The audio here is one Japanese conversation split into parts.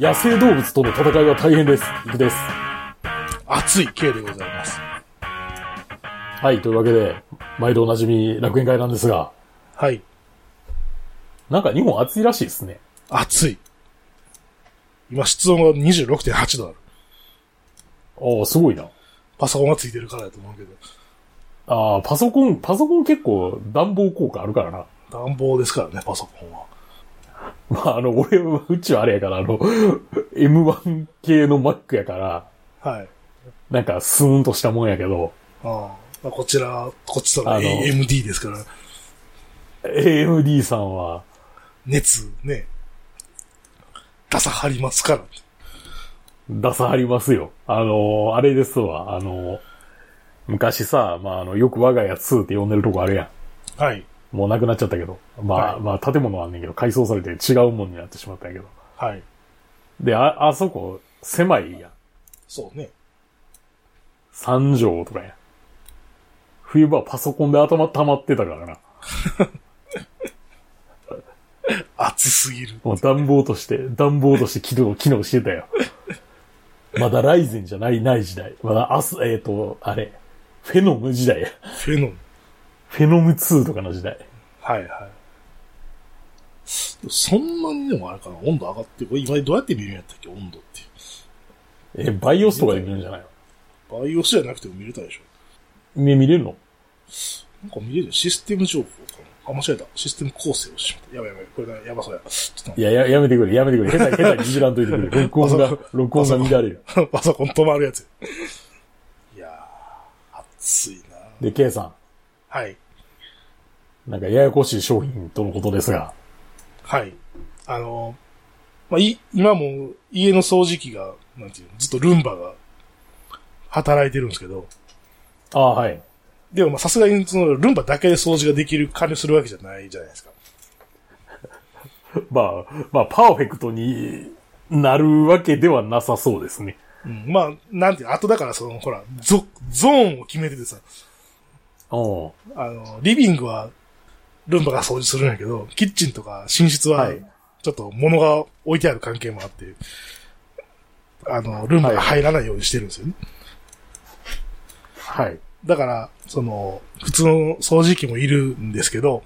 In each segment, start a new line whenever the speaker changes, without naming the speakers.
野生動物との戦いは大変です。行くです。
熱い K でございます。
はい、というわけで、毎度おなじみ楽園会なんですが、
はい。
なんか日本暑いらしいですね。
熱い。今、室温が26.8度ある。
ああ、すごいな。
パソコンがついてるからやと思うけど。
ああ、パソコン、パソコン結構暖房効果あるからな。
暖房ですからね、パソコンは。
まあ、あの、俺は、うちはあれやから、あの、M1 系の Mac やから、
はい。
なんかスーンとしたもんやけど、
ああまあ、こちら、こっちと
あ
ら
の
AMD ですから、
AMD さんは、
熱、ね、出さはりますから。
ダサありますよ。あのー、あれですわ、あのー、昔さ、まあ、あの、よく我が家2って呼んでるとこあるや
はい。
ん。もうなくなっちゃったけど。まあ、
はい
まあ、建物はあんねんけど、改装されて違うもんになってしまったんやけど。
はい。
で、あ、あそこ、狭いやん。
そうね。
三畳とかやん。冬場はパソコンで頭溜まってたからな。
熱すぎる。
もう暖房として、暖房として機能、機能してたよ。まだライゼンじゃない、ない時代。まだ、あす、えっ、と、あれ、フェノム時代や。
フェノン。
フェノム2とかの時代。
はいはい。そんなにでもあれかな、温度上がって、これ今どうやって見るんやったっけ、温度って。
え、バイオスとかで見るんじゃないの
バイオスじゃなくても見れたでしょ。
ね、見れるの
なんか見れるシステム情報かな。あ、間違えた。システム構成をしまった。やばいやばい。これな、やばそうや。ちょっ
いや、や、やめてくれ、やめてくれ。下手、下手にいじらんといてくれ。録音
あそ
が
う、
録音が乱れる。
と待って パソコン止まるやつ。いやー、熱いな
で、K さ
はい。
ん、なんかややこしい商品とのことですが、
はい。あのー、まあ、い、今も家の掃除機が、なんていうの、ずっとルンバが働いてるんですけど、
ああ、はい。
でもまあさすがにそのルンバだけで掃除ができる管理するわけじゃないじゃないですか。
まあ、まあ、パーフェクトになるわけではなさそうですね。
うん。まあ、なんていうの、あとだからその、ほら、ゾ、ゾーンを決めててさ、
おう
あの、リビングはルンバが掃除するんやけど、キッチンとか寝室は
はい、
ちょっと物が置いてある関係もあって、あの、ルンバが入らないようにしてるんですよね。
はい。
だから、その、普通の掃除機もいるんですけど、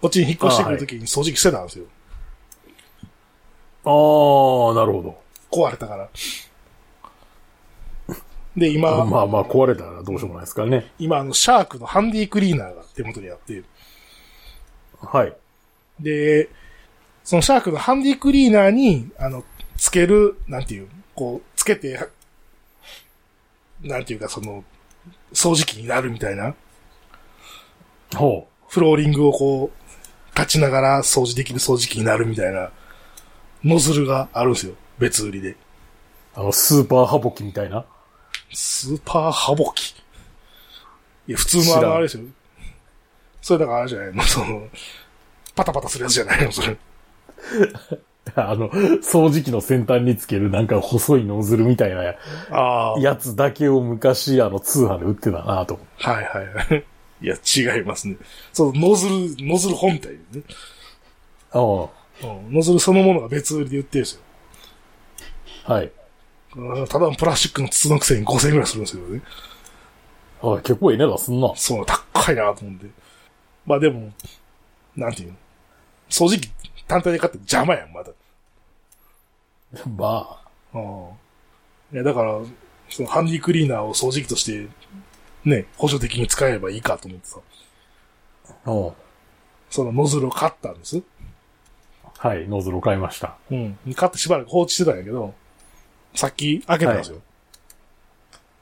こっちに引っ越してくるときに掃除機してたんですよ。
ああ、なるほど。
壊れたから。で、今、
まあまあ、壊れたらどうしようもないですからね。
今、あの、シャークのハンディクリーナーが手元にあって、
はい。
で、そのシャークのハンディクリーナーに、あの、つける、なんていう、こう、つけて、なんていうか、その、掃除機になるみたいな、
ほう。
フローリングをこう、立ちながら掃除できる掃除機になるみたいな、ノズルがあるんですよ。別売りで。
あの、スーパーハボキみたいな。
スーパーハボキ。いや、普通のあ
知ら
の、
ん
あれですよ。それだからあれじゃないの、その、パタパタするやつじゃないの、それ。
あの、掃除機の先端につけるなんか細いノズルみたいな
ああ
やつだけを昔、あの、通販で売ってたなと思って
はいはいはい。 いや、違いますね。そう、ノズル、ノズル本体でね。
あ
うん、ノズルそのものが別売りで売ってるんですよ
あ、はい。
うん。ただのプラスチックの筒のくせに5000円くらいするんですけどね。
あ結構いいね、出すんな。
そう、高いなと思うんで。まあでも、なんていうの掃除機単体で買って邪魔やん、まだ。
まあ、
うん。いや、だから、そのハンディクリーナーを掃除機として、ね、補助的に使えればいいかと思ってさ、
うん。
そのノズルを買ったんです。
はい、ノズルを買いました。
うん。買ってしばらく放置してたんやけど、さっき開けたんですよ。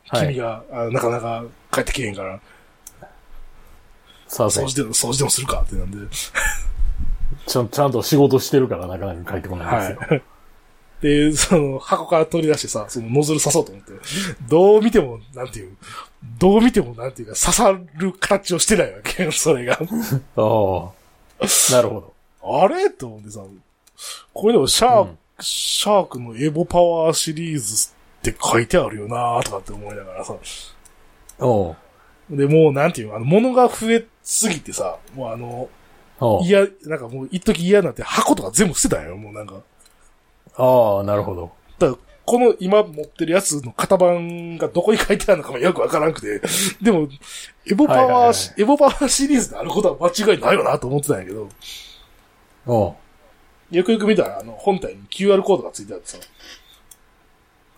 は
君
い。
が、あなかなか帰ってきへんから、
さあ、
掃除でも、掃除でもするかってなんで。
ちゃんちゃんと仕事してるからなかなか帰ってこないんですよ。
い。で、その、箱から取り出してさ、そのノズル刺そうと思って、どう見ても、なんていう、どう見ても、なんていうか、刺さる形をしてないわけよ、 それが。
ああ、なるほど。
あれと思ってさ、これでもシャーク、
うん
シャークのエボパワーシリーズって書いてあるよなとかって思いながらさ、
おう
で、もう、なんていうの、あの、物が増えすぎてさ、もうあの、
おう
いや、なんかもう、一時嫌になって箱とか全部捨てたんよ、もうなんか。
ああ、なるほど。
だからこの今持ってるやつの型番がどこに書いてあるのかもよくわからんくて。でも、エボパワー、
はいはいはい
エボパワーシリーズであることは間違いないよなと思ってたんやけど、
おう
よくよく見たら、あの、本体に QR コードがついてあってさ、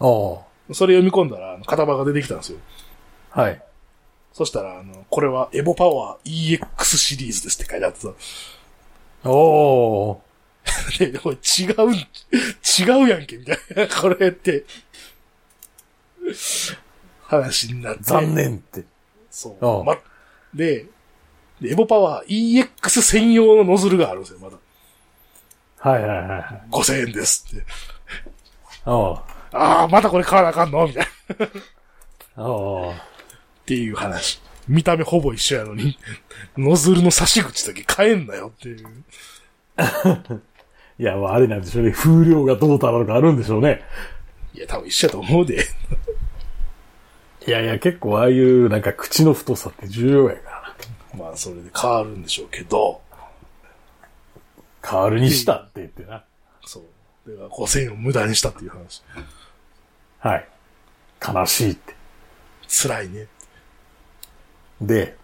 おう
それ読み込んだら、あの型番が出てきたんですよ。
はい。
そしたら、あの、これはエボパワー EX シリーズですって書いてあってさ、
おお
で、おい違うん、違うやんけ、みたいな。これって、話になって。
残念って。
そうう。
ん
ま、で、でエボパワー EX 専用のノズルがあるんですよ、まだ。
はいはいはいはい。
5000円ですって。
おう
ああ、またこれ買わなあかんのみたいな。っ
おう
ていう話。見た目ほぼ一緒やのに、ノズルの差し口だけ変えんなよっていう。
いや、まあ、あれなんでしょうね。風量がどうたらとかあるんでしょうね。
いや、多分一緒やと思うで。
いやいや、結構ああいう、なんか口の太さって重要やからな。
まあ、それで変わるんでしょうけど。
変わるにしたって言ってな。
そう。では5000円を無駄にしたっていう話。
はい。悲しいって。
辛いね。
で、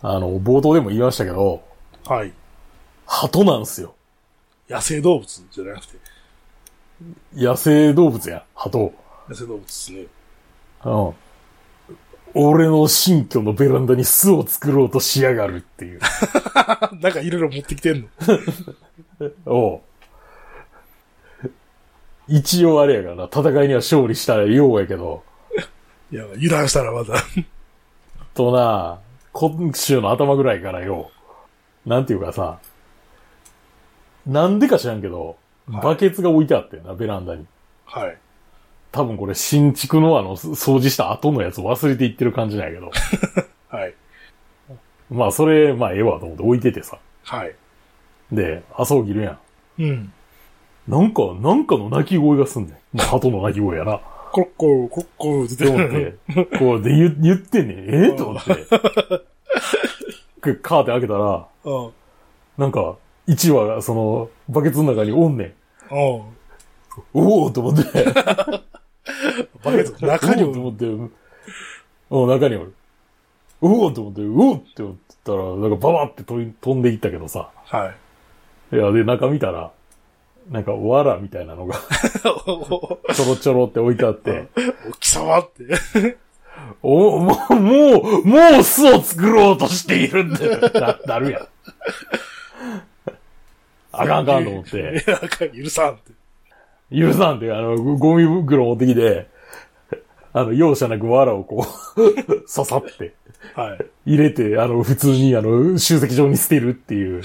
あの、冒頭でも言いましたけど、
はい。
鳩なんすよ。
野生動物じゃなくて、
野生動物や、鳩。
野生動物ですね。
うん。俺の新居のベランダに巣を作ろうとしやがるっていう。
あなんかいろいろ持ってきてんの。
おう一応あれやからな、戦いには勝利したようやけど、
いや、油断したらまた。
とな、今週の頭ぐらいからよ、なんていうかさ、なんでか知らんけど、
はい
バケツが置いてあってんな、ベランダに。
はい。
多分これ新築のあの、掃除した後のやつ忘れていってる感じなんやけど。
はい。
まあそれ、まあええわと思って置いててさ。
はい。
で、朝起きるやん。
うん。
なんか、なんかの鳴き声がすんねん。まあ、鳩の鳴き声やな。
コロッコロ、コロッコロ出
って
て
思っ
る。
て、こうで言言ってんねん。ええと思って。くカーテン開けたら、
うん。
なんか、1羽がその、バケツの中におんねん。
うん。
おおと思って。
バケツの中に
お
も
おと思って。うん、中におる。おおと思って、うおって思ってたら、なんかババって飛び飛んでいったけどさ。
はい。
いや、で、中見たら、なんか、わらみたいなのが、
お
ちょろちょろって置いてあって、
貴様って。
お、もう、もう、もう巣を作ろうとしているんだよ。な、なるやん。あかんあかんと思って、
いや、あかん、許さんって。
許さんって、あの、ゴゴミ袋持ってきて、あの、容赦なくわらをこう、 刺さって、
はい。
入れて、あの、普通に、あの、集積場に捨てるっていう、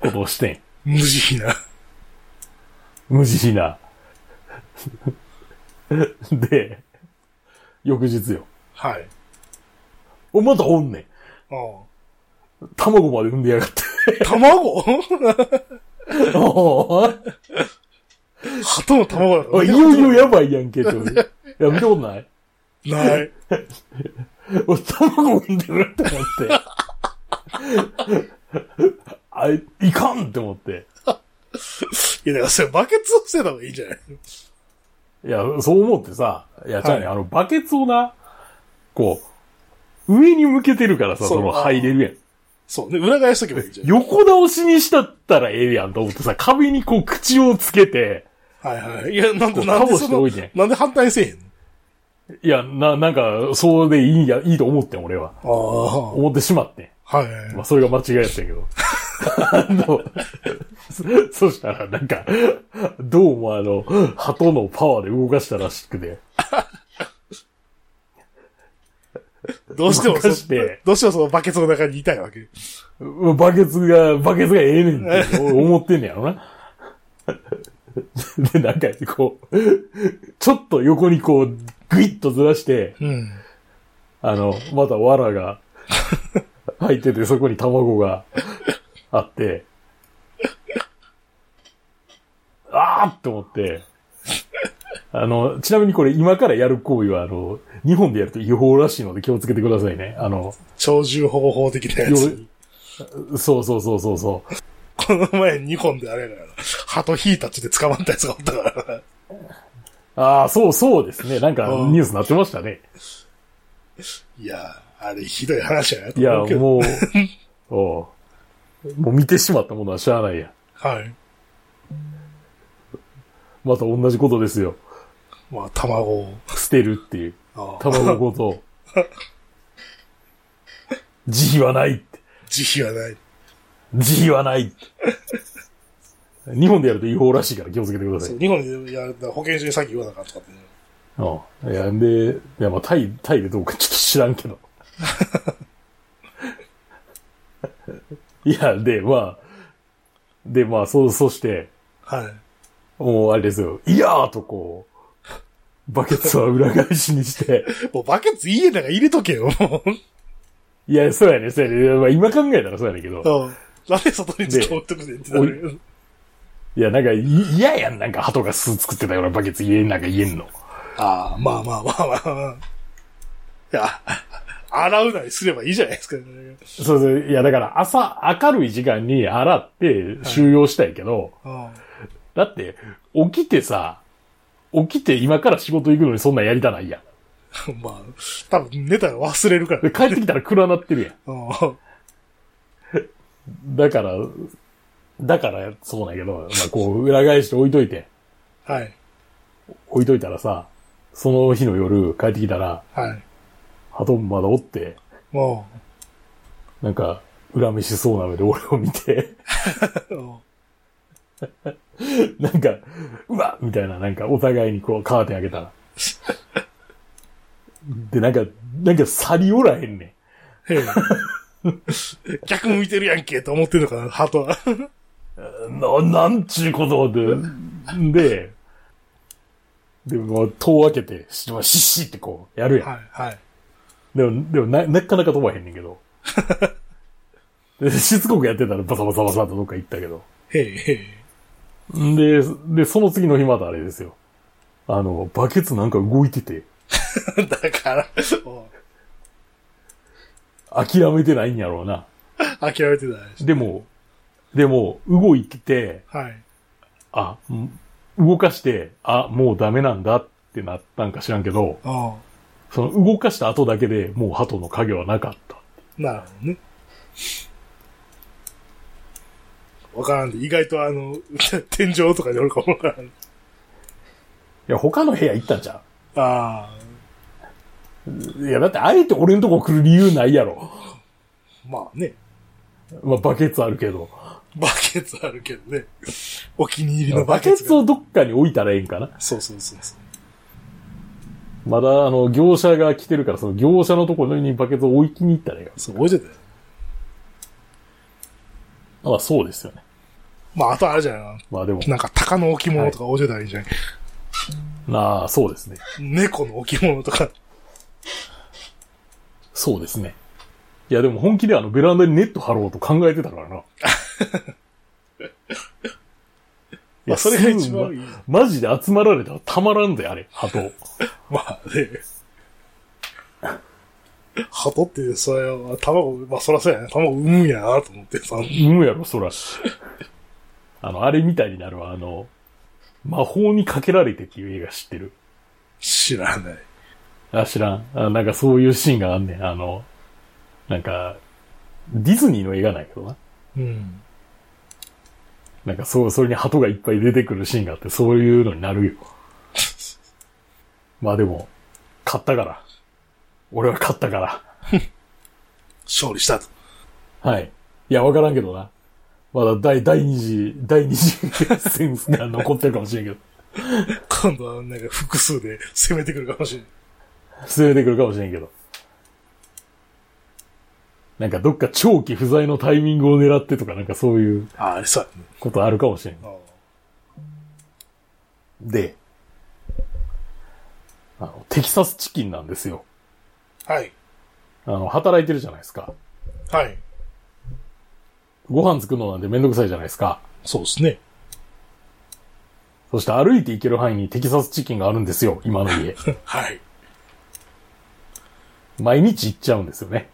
ことをしてん。
無慈悲な。
無慈悲な。で、翌日よ。
はい。
お、またおんねん。
う
卵まで産んでやがって。
ん。卵
おい
鳩の卵 だ
おい、いよいよやばいやんけ、って思う。いや、見たことない。
ない。
俺、卵産んでるって思って。 あい、いかんって思って。
いや、だからそれバケツを捨てた方がいいんじゃない
いや、そう思ってさ、いや、じゃあね、
は
あの、バケツをな、こう、上に向けてるからさ、
そう
その、入れるやん。
そうね、裏返しとけばいいんじゃない
横倒しにしたったらええやんと思ってさ、壁にこう口をつけて、
はいはい。いや、なん
こ
で、
う
なんで
カボ
そ
して
の
おいて、
なんで反対せえへん
いや、な、なんか、そうでいいんや、いいと思ってん、俺は。
の
思ってしまってん。
ああ。は
まあ、
い。
それが間違いやったんやけど。あの、そそしたら、なんか、どうもあの、鳩のパワーで動かしたらしくて、
どうしてもそ
動かして、
どうしてもそのバケツの中にいたいわけ。
うバケツが、バケツがええねんって 思ってんねやろな。 で、なんか、こう、ちょっと横にこう、グイッとずらして、
うん。
あの、また藁が入ってて、そこに卵があって、あーって思って、あの、ちなみにこれ今からやる行為は、あの、日本でやると違法らしいので気をつけてくださいね。あの、
鳥獣保護法的なやつに。
そうそうそうそうそう。
この前ニコンであれやから、鳩ヒータッチで捕まったやつがおったから。
ああ、そうそうですね。なんか
うん
ニュースなってましたね。
いやー、あれひどい話やなと
いや、
思うけど。
もう、 おうもう見てしまったものはしゃあないや。
はい。
また同じことですよ。
まあ、卵を。
捨てるっていう。
ああ
卵ご と。慈悲はないって。
慈悲はない。
慈悲はないって。日本でやると違法らしいから気をつけてくださ
そ、。
いう
日本でやる保健所にさっき言わなかったってね。
うん。いや、で、いや、まあ、タイ、タイでどうかちょっと知らんけど。いや、で、まあ、で、まあ、そう、そして、
はい。
もう、あれですよ、いやーとこう、バケツは裏返しにして、
もうバケツ家の中入れとけよ、もう。
いや、そうやね、そうやね、いやまあ、今考えたらそうやねんけど、
うんなんで外にずっと置いとくねんってなるよ
いや、なんか、い嫌やん、なんか、鳩が巣作ってたようなバケツ家なんか言えんの。
ああ、まあまあまあまあまあ。いや、洗うなりすればいいじゃないですか、
そうそう、いや、だから、朝、明るい時間に洗って収容したいけど、
うん
だって、起きてさ、起きて今から仕事行くのにそんなんやりたないやん。
まあ、多分寝たら忘れるから。
で帰ってきたら暗なってるや
うん
ん。だから、だからそうなんやけど、まあこう裏返して置いといて、
はい。
置いといたらさ、その日の夜帰ってきたら、
はい。
鳩まだおって、
も
なんか、恨めしそうな目で俺を見て、
う、うん
なんか、うわみたいな、なんか、お互いにこう、カーテン開けたら。で、なんか、なんか、去りおらへんね
へ え逆向いてるやんけと思ってるのかな、ハートは。
ん。な、なんちゅうことで。で、でも、戸を開けて、しまあシッシッってこう、やるやん。
はい、はい。
でも、でもな、なかなか飛ばへんねんけど。でしつこくやってたら、バサバサバサとどっか行ったけど。
へえ、へえ。
んで、で、その次の日またあれですよ。あの、バケツなんか動いてて、
だから、うん
諦めてないんやろうな。
諦めてないし。
でも、でも、動いて、
はい。
あ、ん動かして、あ、もうダメなんだってなったんか知らんけど、
う
その動かした後だけでもう鳩の影はなかった。
ん。なるほどね。わからんで、意外とあの、 天井とかにおるかもわからん。
いや、他の部屋行ったんじゃ
ああ、
ん。いや、だってあえて俺んとこ来る理由ないやろ。
まあね。
まあ、バケツあるけど。
バケツあるけどね。お気に入りの
バ
バ
ケ
ケツ
ツ
が。
をどっかに置いたらええんかな。
そうそうそうそう。
まだ、あの、業者が来てるから、その業者のところにバケツを置きに行ったらええか
そう、覚えてたよ。
な。まあ、そうですよね。
まあ、あとあれじゃない
まあ、でも
な。、なんか、鷹の置物とか覚えてたらいいじゃん。
なあ、そうですね。
猫の置物とか。
そうですね。いや、でも本気であの、ベランダにネット張ろうと考えてたからな。 い
まあ、それが一番いい。
マジで集まられたらたまらんぜ、あれ、鳩。
まあね。鳩って、それは、卵、まあ、そらそうやな、卵産むんやなと思ってさ。
うんやろ、そら。 あの、あれみたいになるわ、あの、魔法にかけられてっていう映画知ってる。
知らない。
あ、知らん。あなんかそういうシーンがあんねん。あの、なんか、ディズニーの映画なんやけどな。
うん。
なんかそう、それに鳩がいっぱい出てくるシーンがあって、そういうのになるよ。まあでも、買ったから。俺は買ったから。
勝利したと。
はい。いや、わからんけどな。まだ第、第二次、第二次 センスが残ってるかもしれんけど。
今度は、なんか、複数で攻めてくるかもしれない。
進めてくるかもしれんけど。なんかどっか長期不在のタイミングを狙ってとかなんかそういう
ああ、ありそうやね。
ことあるかもしれん。
あ
で、あの、テキサスチキンなんですよ。
あはい。
あの、働いてるじゃないですか。
はい。
ご飯作るのなんてめんどくさいじゃないですか。
そうですね。
そして歩いて行ける範囲にテキサスチキンがあるんですよ、今の家。
はい。
毎日行っちゃうんですよね。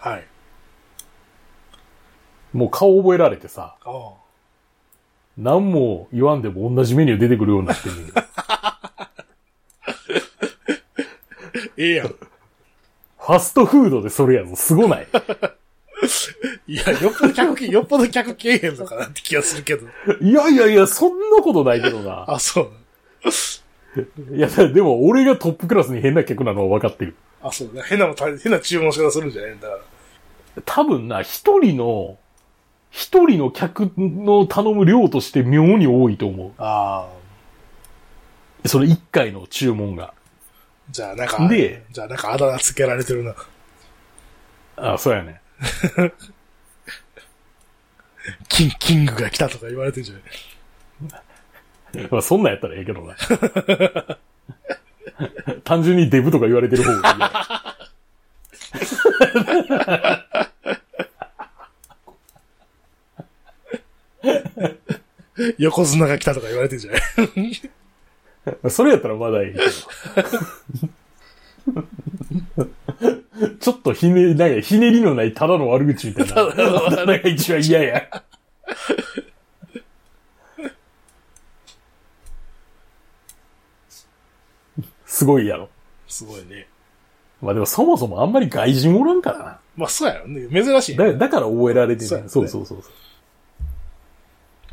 はい。
もう顔覚えられてさ、
ああ。
何も言わんでも同じメニュー出てくるようになってんねんけど
ええやん。
ファストフードでそれやぞ。すごない。
いや、よっぽど客 け、よっぽど客けえへんのかなって気がするけど。
いやいやいや、そんなことないけどな。
あ、そう。
いや、でも俺がトップクラスに変な客なのは分かってる。
あ、そうだ。変なもん食べ、変な注文し方するんじゃねえんだから。
多分な、一人の、一人の客の頼む量として妙に多いと思
ああ。
う。その一回の注文が。
じゃあ、なんか、
で
じゃあ、なんかあだ名つけられてるな。
あそうやね。
キン、キングが来たとか言われてるじゃない
まあ、そんなんやったらええけどな。単純にデブとか言われてる方がいいや。
横綱が来たとか言われてるじゃない
それやったらまだいいけど。 ちょっとひねり、なんかひねりのないただの悪口みたいな。ただが一番嫌や。すごいやろ。
すごいね。
まあでもそもそもあんまり外人おらんから
まあ、そうやろね。珍しい
な。だ
ね。
だから覚えられて
そう
る、
やね
そうそうそうそう。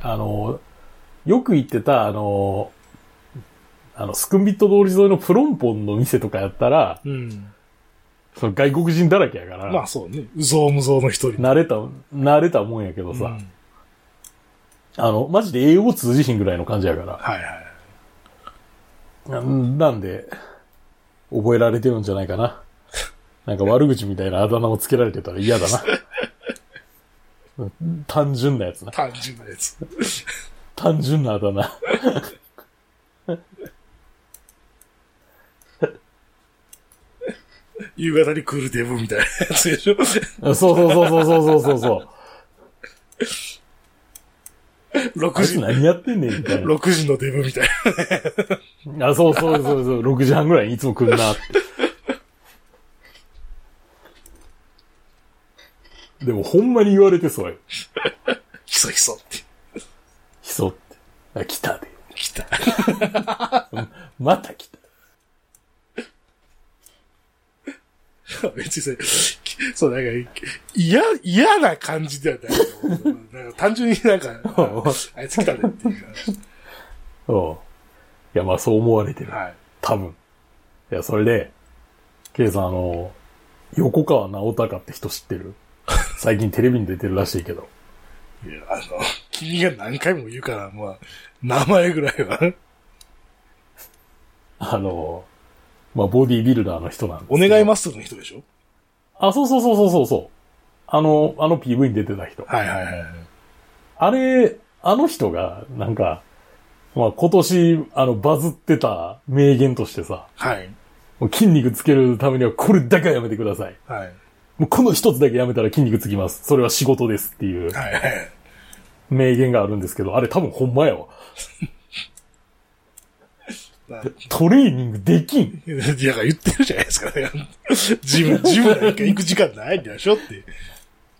あの、よく行ってた、あの、あの、スクンビット通り沿いのプロンポンの店とかやったら、
うん。
その外国人だらけやから、
まあ、そうね。うぞうむぞうの一人。
慣れた、慣れたもんやけど
う
さ、
ん
あの、マジで英語通じひんぐらいの感じやか
はいはい。
ら、うんなんで、覚えられてるんじゃないかな。なんか悪口みたいなあだ名をつけられてたら嫌だな。 うん単純なやつな。
単純なやつ。
単純なあだ名。
夕方に来るデブみたいなやつでしょ
そうそうそうそうそうそうそう。あ
?6
いつ
時、
何やってんねんみたいな。
6時のデブみたい
あ、そうそうそうそう、6時半ぐらいにいつも来るなって。でもほんまに言われてそうよ。
な。ひそひそって。
ひそって。あ、来たで。
来た。
また来た。
別にそれ、そう、なんか、嫌、嫌な感じではないと思う。なんか単純になん か、あいつ来たねっていう
おういや、まあそう思われてる
か。。はい。
多分。いや、それで、ケイさん、あの、横川直隆って人知ってる最近テレビに出てるらしいけど。
いや、あの、君が何回も言うから、まあ、名前ぐらいは。
あの、まあ、ボディービルダーの人なんです
お
けど
願いマッスルの人でしょ
あ、そうそうそうそうそうそう。あの、あの PV に出てた人。
はいはいはい。
あれ、あの人が、なんか、まあ、今年、あの、バズってた名言としてさ、
はい。
もう筋肉つけるためにはこれだけはやめてください。
はい。
もうこの一つだけやめたら筋肉つきます。それは仕事ですっていう
はいはい。
名言があるんですけど、あれ多分ほんまやわ。
まあ
トレーニングできん。
いや、だから言ってるじゃないですか、ね。ジム、ジムなんか行く時間ないんでしょって。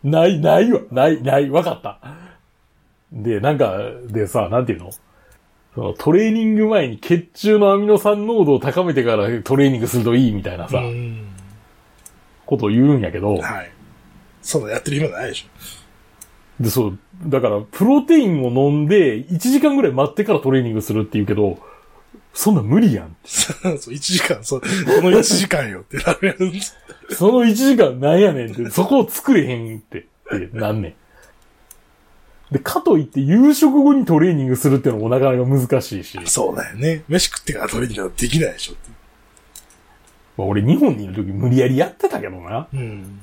ない、ないわ。ない、ない、わかった。で、なんか、でさ、なんていうのそのトレーニング前に血中のアミノ酸濃度を高めてからトレーニングするといいみたいなさ、
うん。
ことを言うんやけど、
はい。そんなやってる暇ないでしょ。
で、そう、だから、プロテインを飲んで、1時間ぐらい待ってからトレーニングするって言うけど、そんなん無理やん。
そう、1時間、そう、この1時間よってなるやん。
その1時間なんやねんって、そこを作れへんって、ってなんねん。で、かといって夕食後にトレーニングするってのもなかなか難しいし、
そうだよね。飯食ってからトレーニングなんてできないでしょって。
まあ、俺日本にいる時無理やりやってたけどな。
うん。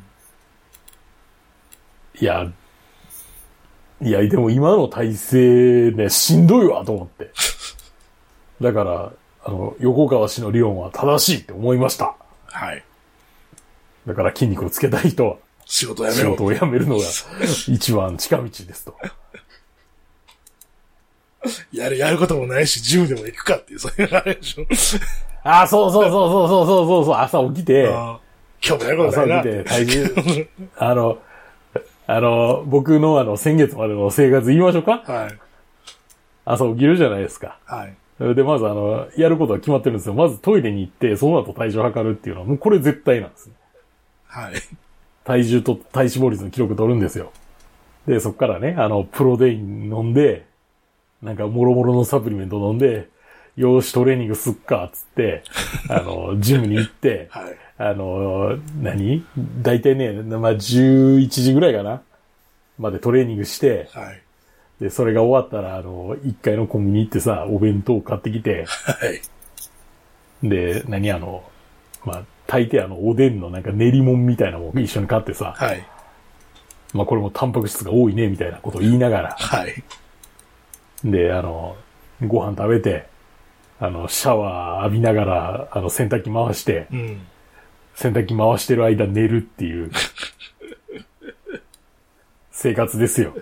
いや、いや、でも今の体勢ね、しんどいわと思って。だから、あの、横川氏の理論は正しいって思いました。
はい。
だから筋肉をつけたい人は
仕事やめ
仕
ろ
事。を辞めるのが一番近道ですと。
やる、やることもないし、ジムでも行くかっていう、そういうあれでしょ。
ああ、そうそうそうそうそうそうそうそう、朝起きて、
あー今日もやること
朝
ないな
起き
って。
て体重、あの、あの、僕のあの、先月までの生活言いましょうか
はい。
朝起きるじゃないですか。
はい。
で、まずあの、やることは決まってるんですよ。まずトイレに行って、その後体重測るっていうのは、もうこれ絶対なんですね。
はい。
体重と体脂肪率の記録取るんですよ。で、そっからね、あの、プロテイン飲んで、なんか、もろもろのサプリメント飲んで、よーし、トレーニングすっか、つって、あの、ジムに行って、
はい。
あの、何大体ね、まあ、11時ぐらいかなまでトレーニングして、
はい。
で、それが終わったら、あの、1階のコンビニ行ってさ、お弁当買ってきて、
はい。
で、何あの、まあ、大抵あの、おでんのなんか練り物みたいなもん一緒に買ってさ、
はい。
まあ、これもタンパク質が多いね、みたいなことを言いながら、
はい。
で、あの、ご飯食べて、あの、シャワー浴びながら、あの、洗濯機回して、
うん。
洗濯機回してる間寝るっていう、生活ですよ。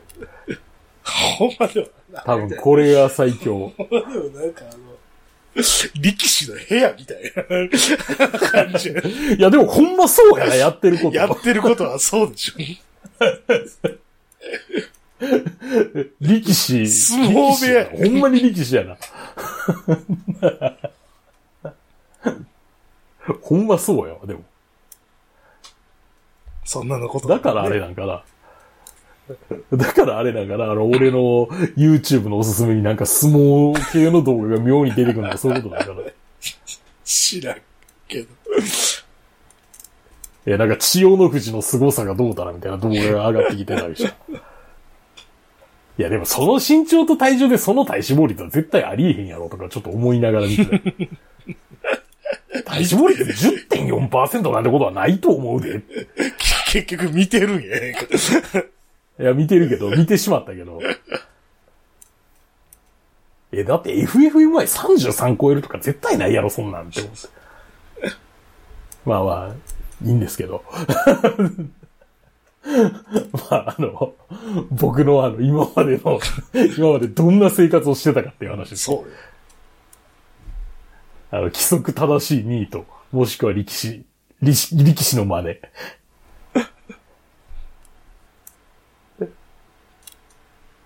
ほんまでもな、
多分これが最強。
ほんまでもなんかあの、力士の部屋みたいな感じで
いや、でもほんまそうやな、やってること。
やってることはそうでしょ。
力士。
相撲部屋
力士やなほんまに力士やな。 ほんまそうやわ、でも。
そんなのこと、
だからあれ。なんかな。だからあれなんかな、あの、俺の YouTube のおすすめになんか相撲系の動画が妙に出てくるのはそういうことだから。い
知らんけど。
や、なんか千代の富士の凄さがどうだなみたいな動画が上がってきてたりした。いや、でもその身長と体重でその体脂肪率は絶対ありえへんやろとかちょっと思いながら見てた。体脂肪率10.4%なんてことはないと思うで。
結局見てるんやねんか。
いや、見てる けど、見てしまったけど。え、だって FFM 前33超えるとか絶対ないやろ、そんなんって思って。まあまあ、いいんですけど。 まあ、あの、僕のあの、今までの、今までどんな生活をしてたかっていう話です。
そうよ。
あの、規則正しいニート、もしくは力士、力士力士の真似。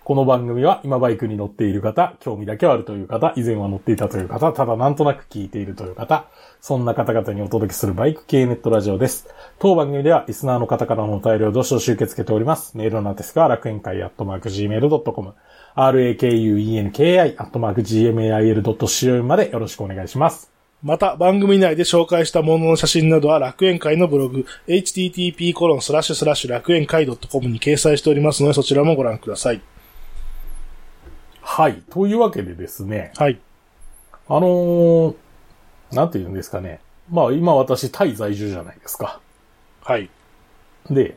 この番組は今バイクに乗っている方、興味だけはあるという方、以前は乗っていたという方、ただなんとなく聞いているという方、そんな方々にお届けするバイク系ネットラジオです。当番組ではリスナーの方からのお便りをどしどし受け付けております。メールのアドレスが楽園会アットマーク Gmail.com、rakuenki アットマーク Gmail.co までよろしくお願いします。
また、番組内で紹介したものの写真などは楽園会のブログ、http コロンスラッシュスラッシュ楽園会 .com に掲載しておりますので、そちらもご覧ください。
はい。というわけでですね、
はい。
あのー、なんて言うんですかね。まあ今私タイ在住じゃないですか。
はい。
で、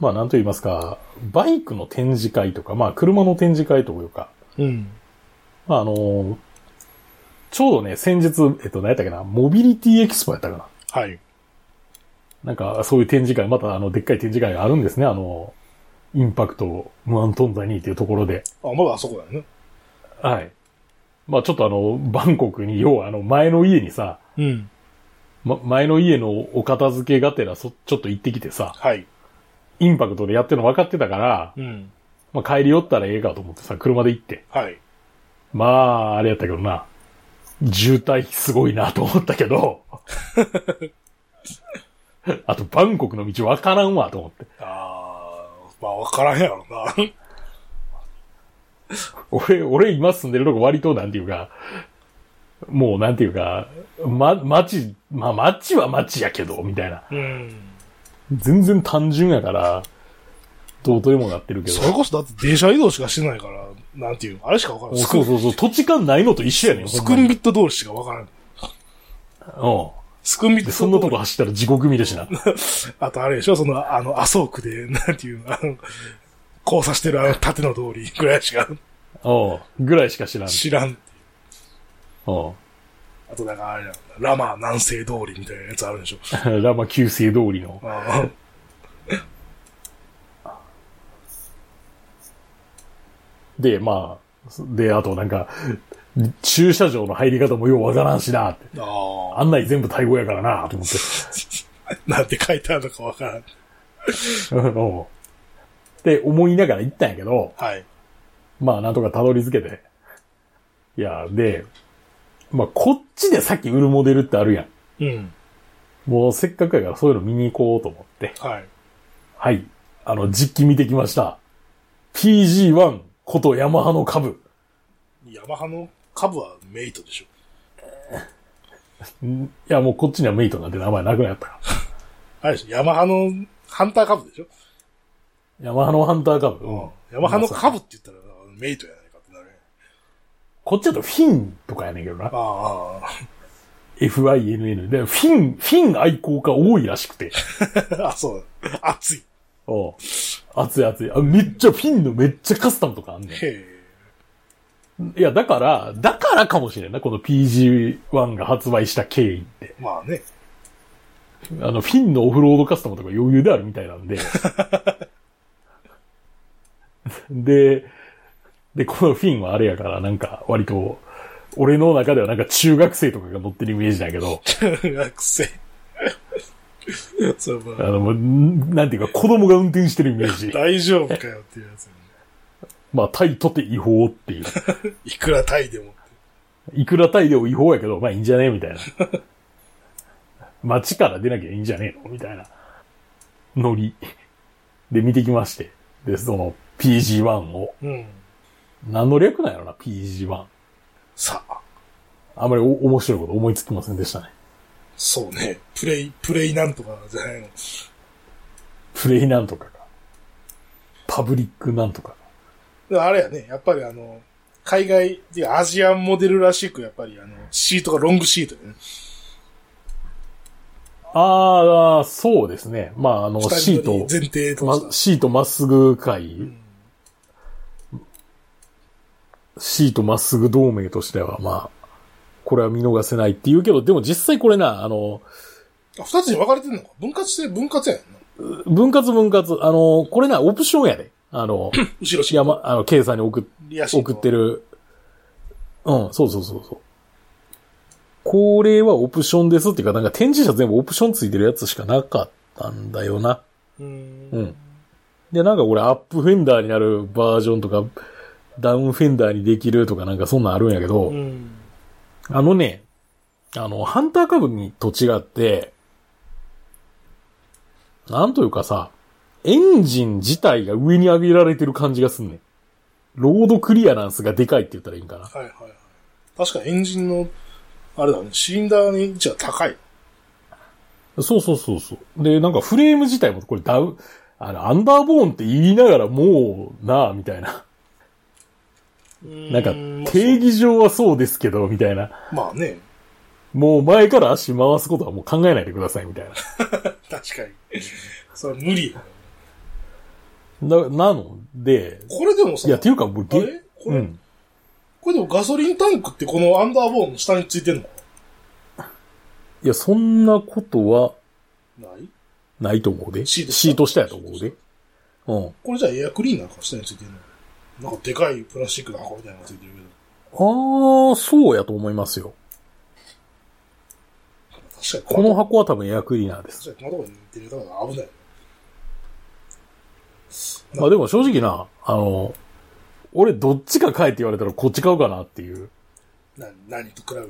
まあなんと言いますか、バイクの展示会とか、まあ車の展示会というか、
うん。
まああのーちょうどね、先日、えっと、何やったっけな、モビリティエキスポやったかな。
はい。
なんか、そういう展示会、またあの、でっかい展示会があるんですね、あの、インパクト、ムアントンザニーっていうところで。
あ、まだあそこだよね。
はい。まあちょっとあの、バンコクに、要はあの、前の家にさ、
うん。
ま、前の家のお片付けがてらそ、ちょっと行ってきてさ、
はい。
インパクトでやってるの分かってたから、
うん。
まあ、帰り寄ったらええかと思ってさ、車で行って。
はい。
まあ、あれやったけどな、渋滞すごいなと思ったけ ど、あと、バンコクの道分からんわと思って。
あー、まあ、わからんやろな。
俺、俺今住んでるとこ割となんていうか、もうなんていうか、ま、街、まあ街は街やけど、みたいな。
うん。
全然単純やから、どうとでもなってるけど
そ。れこそだって電車移動しかしてないから、なんていうのあれしかわからん。スク
そうそうそう、土地勘ないのと一緒やねん、
ス
ほ
ク
んま
ン
に
ビット通りしかわからん。
う
スクンビ
ん。
ッ
で、
ト
そんなとこ走ったら地獄見るしな。
あとあれでしょその、あの、麻生区で、なんていうのあの、交差してるあの縦の通りぐらいしか
うん。ぐらいしか知らん。
知らん。
う
あとなんかあれだ、ラマ南西通りみたいなやつあるでしょ。
ん。 ラマ旧世通りの。
あ
で、まあ、で、あとなんか、駐車場の入り方もようわからんしなって。
ーあ
案内全部タイ語やからなと思って。
ー。なんて書いてあるのかわからん。
うんって思いながら行ったんやけど、
はい。
まあなんとかたどり着けて、いや、で、まあ、こっちでさっき売るモデルってあるやん。
うん。
もうせっかくやからそういうの見に行こうと思って。
はい。
はい。あの、実機見てきました。PG1 ことヤマハの株。
ヤマハの株はメイトでしょ。
んいや、もうこっちにはメイトなんて名前なくなったか
あれでしょ。ヤマハのハンター株でしょ。
ら。ヤマハのハンター株。うん
ヤマハの株って言ったらメイトやないかってなるね。
こっちだとフィンとかやねんけどな。
ああ
FINN。で、フィン、フィン愛好家多いらしくて。
あ、そう。熱い。
おう熱い熱い。あ、めっちゃフィンのめっちゃカスタムとかあんねん。
へえ。
いや、だから、だからかもしれんな、この PG1 が発売した経緯って。
まあね。
あの、フィンのオフロードカスタムとか余裕であるみたいなんで。 で、で、このフィンはあれやから、なんか、割と、俺の中ではなんか中学生とかが乗ってるイメージだけど、
学生。そう、
あ
まあ、
の、もうんなんていうか子供が運転してるイメージ。
大丈夫かよっていうやつ、ね。
まあ、タイとて違法っていう。
いくらタイでも。
いくらタイでも違法やけど、まあいいんじゃねえみたいな。街から出なきゃいいんじゃねえのみたいな。ノリ。で、見てきまして。で、その PG1 を。
うん。
何の略なんやろな、PG1。
さあ、
あんまりお面白いこと思いつきませんでしたね。
そうね。プレイ、プレイなんとかじゃないの。
プレイなんとかか。パブリックなんとかか。
あれやね、やっぱりあの、海外、っていうかアジアンモデルらしく、やっぱりあの、シートがロングシートでね。
ああ、そうですね。まあ、あの、シート
二人乗り前提と
ま、
し
シートまっすぐ会、
ん
シートまっすぐ同盟としては、まあ、これは見逃せないって言うけど、でも実際これな、あの、
た。あ二つに分かれてんのか分割して、分割やんな。
分割分割、あの、これな、オプションやで。あの、
後ろシート。
山、あの、ケイさんに送っ
リアシート。
送ってる。うん、そうそうそうそう。これはオプションですっていうか、なんか展示車全部オプションついてるやつしかなかったんだよな。
うーん。
うん。で、なんかこれアップフェンダーになるバージョンとか、ダウンフェンダーにできるとかなんかそんなんあるんやけど、
うん。
あのね、あの、ハンター株にと違って、なんというかさ、エンジン自体が上に上げられてる感じがすんねん。ロードクリアランスがでかいって言ったらいいんかな。
はいはいはい。確かにエンジンの、あれだね、シリンダーの位置は高い。
そうそうそうそう。で、なんかフレーム自体もこれダウン、あの、アンダーボーンって言いながらもうなあ、みたいな。な
な
んか、定義上はそうですけど、みたいな。
まあね、
もう前から足回すことはもう考えないでくださいみたい
確かに。それは無理や。
な。な、なので、
これでもさ、
いや、っていうか、もう
あ
げ
れこれ、
うん。
これでもガソリンタンクってこのアンダーボーンの下についてんの
いや、そんなことは
ない
ないと思うで。
シ
シ
ート
ート下
下
やと思うで。うん。
これじゃあエアクリーナーか下についてんのなんかでかいプラスチックの箱みたいなのがついてるけど。
ああ、そうやと思いますよ。
確か
こ
に
の箱は多分エアクリーナーです。
確かにこのとこに出る方が危ない。
まあでも正直な、あの、俺どっちか買えって言われたらこっち買うかなっていう。
な、何と比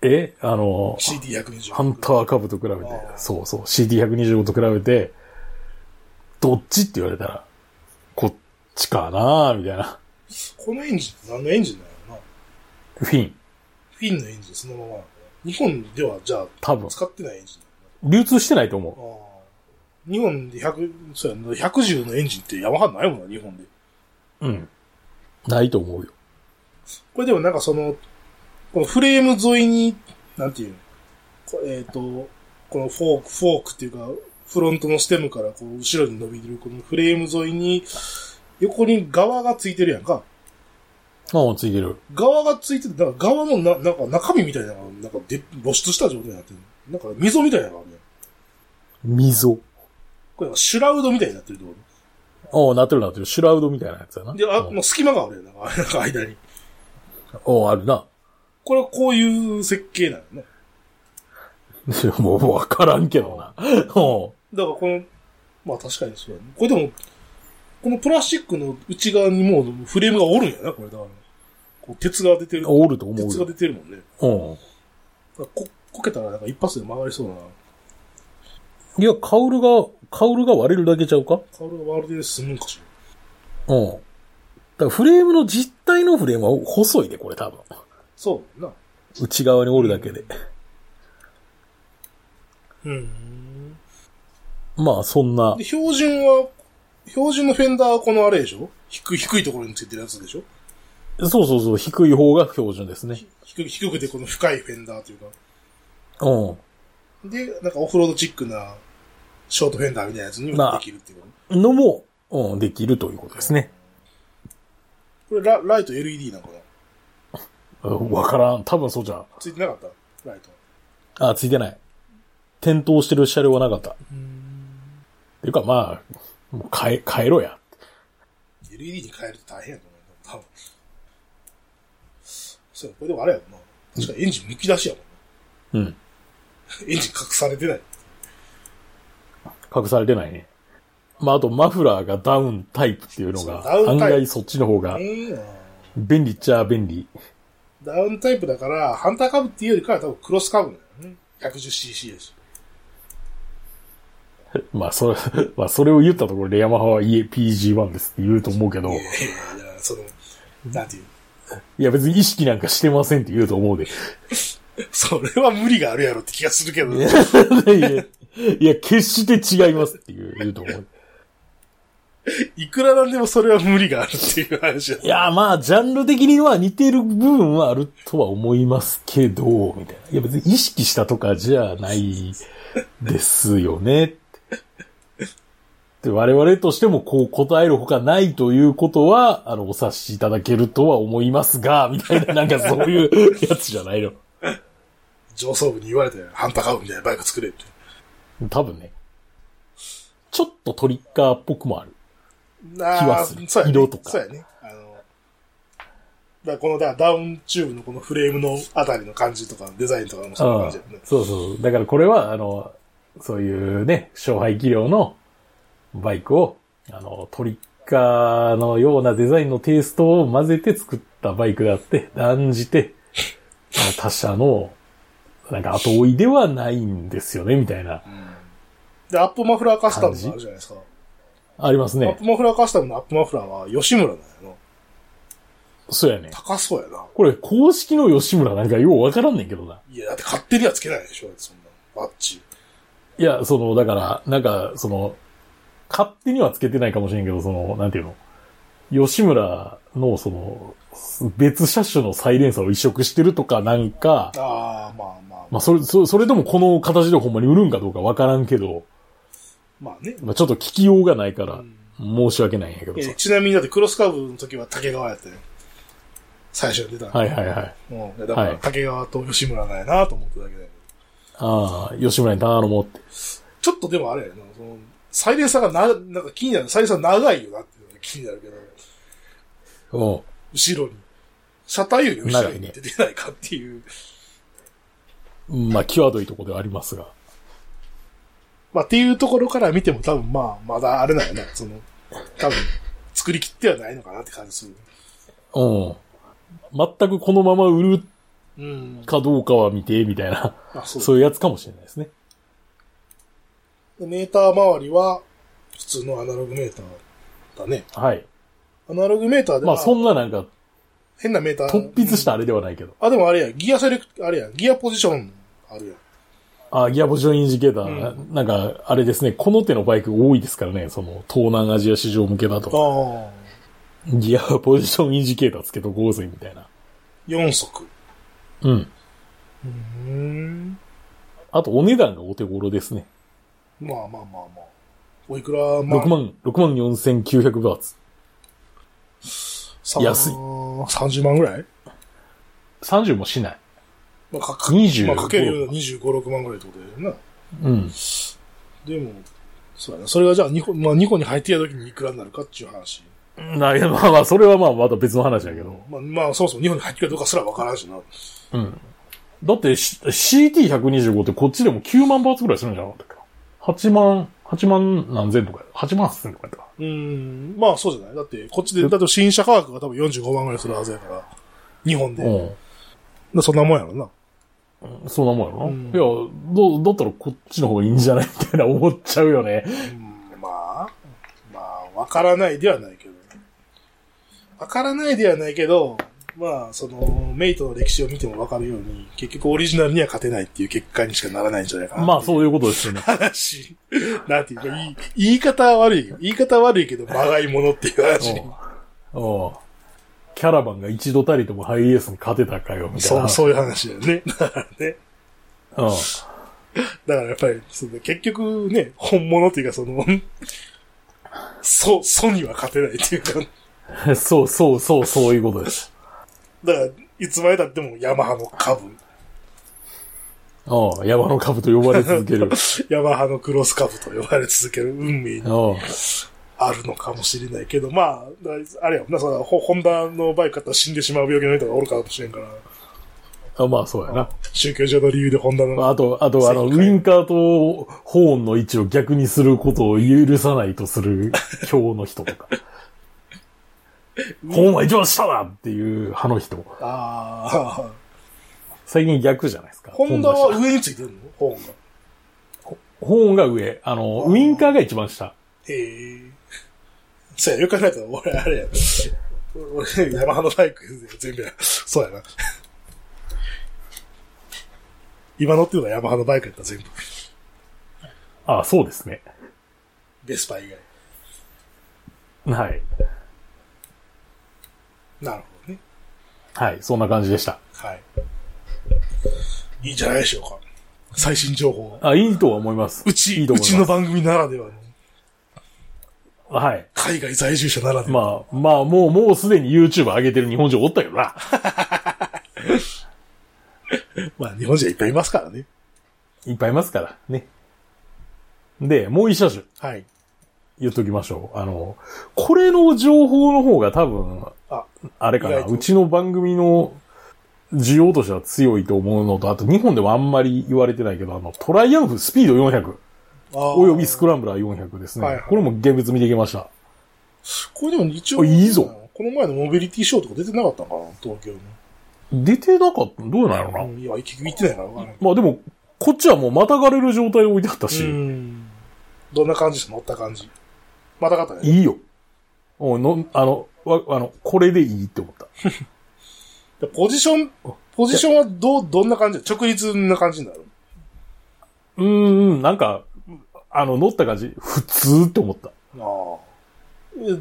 べて。
えあの、
CD120。
ハンター株と比べて
あ、ー
そうそう、CD125 と比べて、どっちって言われたら、こっちかなみたいな。
このエンジンって何のエンジンなんやろな。
フィン。
フィンのエンジンそのままなのかな日本ではじゃあ
多分。
使ってないエンジン
流通してないと思
なのかなあー日本で100、そうやな、110のエンジンってヤマハないもんな、日本で。
う。うん。ないと思うよ。
これでもなんかその、このフレーム沿いに、なんていうのこえっ、と、このフォーク、フォークっていうか、フロントのステムからこう後ろに伸びてるこのフレーム沿いに、横に側がついてるやんか。
ああ、ついてる。
側がついてる、なんか側のな、なんか中身みたいなのが、なんかで露出した状態になってる。なんか溝みたいなのがあるやん。
溝。
これなんかシュラウドみたいになってるってこ
ああ、なってるなってる。シュラウドみたいなやつやな。
とで、あ、
うん
もう隙間があるやん。なんかなんか間に。
おうあるな。
これこういう設計なのね。
もうわからんけどな。おう
だからこの、まあ確かにそうやね。これでも、このプラスチックの内側にもうフレームがおるんやな、これだから。こう鉄が出てる。
おると思う
鉄が
よ。
出てるもんね。
うん。
こ、こけたらなんか一発で曲がりそうな。
いや、カウルが、カウルが割れるだけちゃうか
カウルがワールドで済むんかし
うん。だからフレームの実体のフレームは細いで、これ多分。
ら。そうだな。
内側に折るだけで。
うん。
まあ、そんな
で、。標準は、標準のフェンダーはこのあれでしょ低い、低いところについてるやつでしょ
そうそうそう、低い方が標準ですね。
低く、低くてこの深いフェンダーというか。
う
で、なんかオフロードチックなショートフェンダーみたいなやつに
ま
も
あ
できるっていうこと。
ん。のも、うん、できるということですね。
これラライト LED なんかな
うんわからん。多分そうじゃん。
ついてなかったライト。
あ、ついてない。点灯してる車両はなかった。っていうか、まあ、もう変え、変えろや。
LED に変えると大変やと思うよ。多分。そうやこれでもあれやもんな。確かにエンジン剥き出しやもん
うん。
な。 エンジン隠されてない。
隠されてないね。まあ、あと、マフラーがダウンタイプっていうの
そうダウン
が、
タイ
案外
プ
そっちの方が、
ええな
便利っちゃ便利。
ダウンタイプだから、ハンター株っていうよりかは多分クロス株だよね。110cc やし。
まあ、それ、 まあ、それを言ったところでヤマハは PG1 ですって言うと思うけど、
いやいやいや、 その、なんていう。
いや別に意識なんかしてませんって言うと思うで。
それは無理があるやろって気がするけど、ね、
いや、いや決して違いますっていう言うと思う。
いくらなんでもそれは無理があるっていう話だ
い。や、まあ、ジャンル的には似てる部分はあるとは思いますけど、みたいな。いや、別に意識したとかじゃないですよね。で我々としてもこう答えるほかないということは、あの、お察しいただけるとは思いますが、みたいな、なんかそういうやつじゃないの。
上層部に言われて、ハンター株みたいなバイク作れって。
多分ね。ちょっとトリッカーっぽくもある。
な
気はする
そうやね、
色とか
そうやね。あの、だからこのだダウンチューブのこのフレームのあたりの感じとか、デザインとかもそんな
う
感
ん
じだよね。
そうそう。だからこれは、あの、そういうね、勝敗技量のバイクを、あの、トリッカーのようなデザインのテイストを混ぜて作ったバイクであって、 断じて、あの他社の、なんか後追いではないんですよね、みたいな。
で、アップマフラーカスタムもあるじゃないですか。
あります
アッ
ね
プ。マフラーカスタムのアップマフラーは吉村だよな。
そうやね。
高そうやな。
これ、公式の吉村なんかようわからんねんけどな。
いや、だって買ってるやつけないでしょ、そんな。バッチ。
いや、その、だから、なんか、その、勝手にはつけてないかもしれんけど、その、なんていうの、吉村の、その、別車種の再連鎖を移植してるとかなんか、
ああ、まあまあ、
まあ、それ、そそれでもこの形でほんまに売るんかどうかわからんけど、
まあね。
まあ、ちょっと聞きようがないから
ん、
申し訳ないんやけど
い
さ
や。ちなみにだってクロスカーブの時は竹川やったよ。最初に出た。
はいはいはい。
もうん、だから
はい
竹川と吉村なんやなと思ってただけだけど。
ああ、吉村に頼もうって。
ちょっとでもあれやな、その、サイレンサーがな、なんか気になる。サイレンサー長いよなっていうのが気になるけど、
うん。
後ろに。車体より後ろに出てないかっていう。
まあ、際どいとこではありますが。
まあっていうところから見ても多分まあ、まだあれなんやな、その、多分、作り切ってはないのかなって感じする。
うん。全くこのまま売る
うん。
かどうかは見て、みたいな、
あ、そう。
そういうやつかもしれないですね。
でメーター周りは、普通のアナログメーターだね。
はい。
アナログメーターで、
まあそ
あ
んななんか
変なメーター。
突筆したあれではないけど。
あ、でもあれや、ギアセレクト、あれや、ギアポジション、あるやん。
あ、ギアポジションインジケーター、なんかあれですね、この手のバイク多いですからね、その東南アジア市場向けだと。
ああ。
ギアポジションインジケーターつけとこうぜみたいな。
4足。
うん。
うん。
あとお値段がお手頃ですね。
まあまあまあまあ。おいくら、まあ、
6万、6万4900バーツ。
さ
安い
30万ぐらい
30もしない。
まあ、かか
25
まあ、かける25、6万ぐらいってことだよな。
うん。
でも、そうやな。それがじゃあ2個、まあ2個に入ってやるときにいくらになるかっていう話。
ないやまあまあ、それはまあまた別の話だけど。
まあ、まあ、そもそも2個に入ってるかどうかすらわからんしな。
うん。だってし CT125 ってこっちでも9万バーツぐらいするんじゃなかったっけな ?8 万、8万何千とかや、8万8000とかやったか
うん。まあ、そうじゃないだって、こっちで、だと新車価格が多分45万ぐらいするはずやから。日本で。だか
う
らそんなもんやろな。
ん。そんなもんやろ、
うん
いや、どう、だったらこっちの方がいいんじゃないみたいな思っちゃうよ ね。
うんまあ、まあ、わからないではないけど。わからないではないけど、まあ、その、メイトの歴史を見てもわかるように、結局オリジナルには勝てないっていう結果にしかならないんじゃないかな。
まあ、そういうことですよね。
話、 なんていうか、言い言い方は悪いよ。言い方は悪いけど、まがいものっていう話に。
うん。うんキャラバンが一度たりともハイエースに勝てたかよ、みたい
そ
な。
う、そういう話だよね。 だからね。
うん。
だからやっぱり、その結局ね、本物っていうか、その、 そ、ソには勝てないっていうか、
そうそうそう、そういうことです。
だから、いつまでたってもヤマハの株、
うん。山の株と呼ばれ続 ける。
ヤマハのクロス株と呼ばれ続ける運命に
うん。
あるのかもしれないけど、まあ、だあれやもんな、その、ほホンダのバイクだったら死んでしまう病気の人がおるかもしれんから、
あまあ、そうやな。
宗教上の理由でホンダの、
あと、あと、あの、ウ
正解
ィンカーとホーンの位置を逆にすることを許さないとす る今日の人とか。ホーンは一番下だっていう派の人。
ああ、
最近逆じゃないですか。
ホンダは上についてるのホーンが。
ホーンが上。あの、ウィンカーが一番下。
ええそうや、よく考えたら俺、あれや。俺、ヤマハのバイク全部や。そうやな。今乗ってるのはヤマハのバイクやった全部。
ああ、そうですね。
ベスパ以外。
はい。
なるほどね。
はい、そんな感じでした。
はい。いいんじゃないでしょうか。最新情報。
あ、いいとは思います。
うち、
いいと
う
思います
ちの番組ならではの、
はい。
海外在住者ならでは。
まあ、まあ、もう、もうすでに YouTube 上げてる日本人おったけどな。
まあ、日本人はいっぱいいますからね。
いっぱいいますから、ね。で、もう一車種。
はい。
言っときましょう。あの、これの情報の方が多分、
あ、
あれか
意
な、
外と
うちの番組の需要としては強いと思うのと、あと日本ではあんまり言われてないけど、あの、トライアンフスピード400、お
お
よびスクランブラー400ですね。
はいはい
これも現物見てきました。
これでも一応、
あいいぞ
この前のモビリティショーとか出てなかったのかな東京の。
出てなかったどうなんやろな。
うんいや、結局行ってないから分からない。
まあでも、こっちはもうまたがれる状態で置いてあったし、
うん。どんな感じです乗った感じ。またかったね。
いいよ。おの、あの、わあの、これでいいって思った。
でポジション、ポジションはどう、どんな感じ直立な感じになる
うーん、なんか、あの、乗った感じ、普通って思った。
ああ。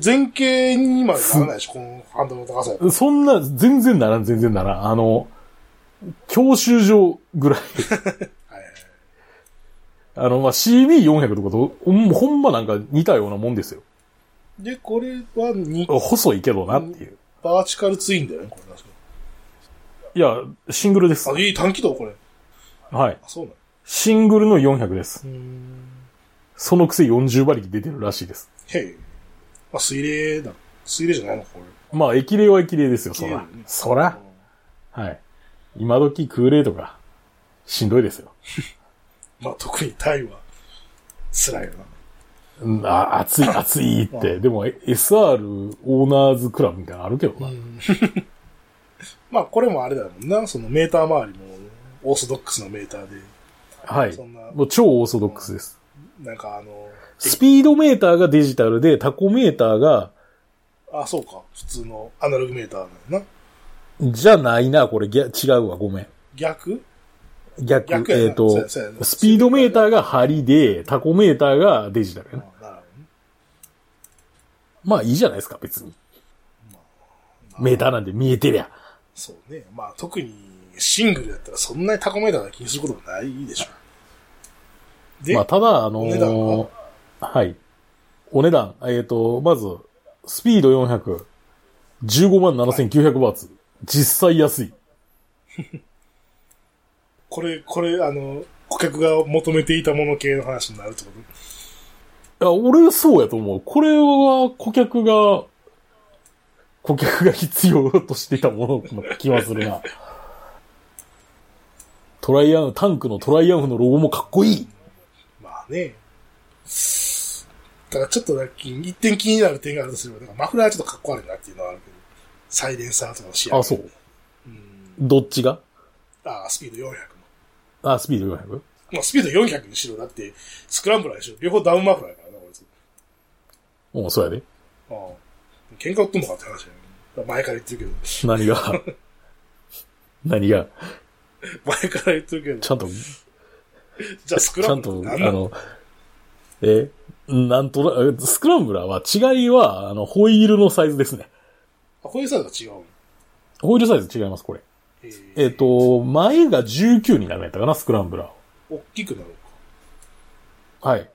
前傾にまでならないでしょ、このハンドルの高さやと
そんな、全然ならん、全然ならん。あの、教習所ぐ らい。あの、まあ、CB400 とかと、ほんほんまなんか似たようなもんですよ。
で、これはに
細いけどなっていう。
バーチカルツインだよね、これ確か。
いや、シングルです。
あ、いい短気道これ。
はい。
あ、そうなの
シングルの400です
う。ん。
そのくせ40馬力出てるらしいです。
へえ。あ、水冷だ。水冷じゃないのこれ。
まあ、駅霊は駅霊ですよ、そ
駅霊
ら
だね。
そら。はい。今時空冷とか、しんどいですよ。
まあ、特にタイは、辛いよな。
うんあ、暑い、暑いって。でも、え SR オーナーズクラブみたいなのあるけどな。
まあ、これもあれだもんな。そのメーター周りも、オーソドックスのメーターで、
はい
そんな。
もう超オーソドックスです。
なんかあの、
スピードメーターがデジタルで、タコメーターが、
あ、そうか。普通のアナログメーターなのな。
じゃないな、これ、ぎゃ違うわ、ごめん。
逆
逆、
逆やな
えっ、
そう
と
やそうや、
スピードメーターが針で、タコメーターがデジタルや
あ
な。
なるほ
まあいいじゃないですか、別に。
どね
メーターなんで見えてりゃ。
そうね。まあ、特に、シングルだったらそんなにタコメーターが気にすることもないでしょ。で、
まあただ、あの
お値段
ーはい。お値段、えっ、と、まず、スピード400、15万7900バーツ。実際安い。
これ、これ、あの、顧客が求めていたもの系の話になるってこと
いや、俺そうやと思う。これは顧客が、顧客が必要としていたものの気はするな。トライアンフ、タンクのトライアンフのロゴもかっこいい。
まあね。だからちょっとだけ一点気になる点があるとすれば、なんかマフラーはちょっとかっこ悪いなっていうのはあるけど、サイレンサーとかの仕上げ。
あ、そう。どっちが
ああ、スピード400の。
あ、スピード 400?
まあ、スピード400にしろ、だって、スクランブラーでしょ。両方ダウンマフラーやからな、こいつ。
うん、そうやで。
ああ。喧嘩売ってんのかって話だよね。前から言ってるけ
何が何が
ど。 前から言ってるけど。
ちゃんと、
じゃあスク
ちゃ
ラ
ん
ンブラー
と
っ、て
あ
何なの
の、え、なんとな、スクランブラーは違いは、あの、ホイールのサイズですね。
あ、こういうサイズが違うの。
ホイールサイズ違います、これ。
え
えっ、と、前が19になるんやったかな、スクランブラ
ー、大きくなるのか。
ー。はい。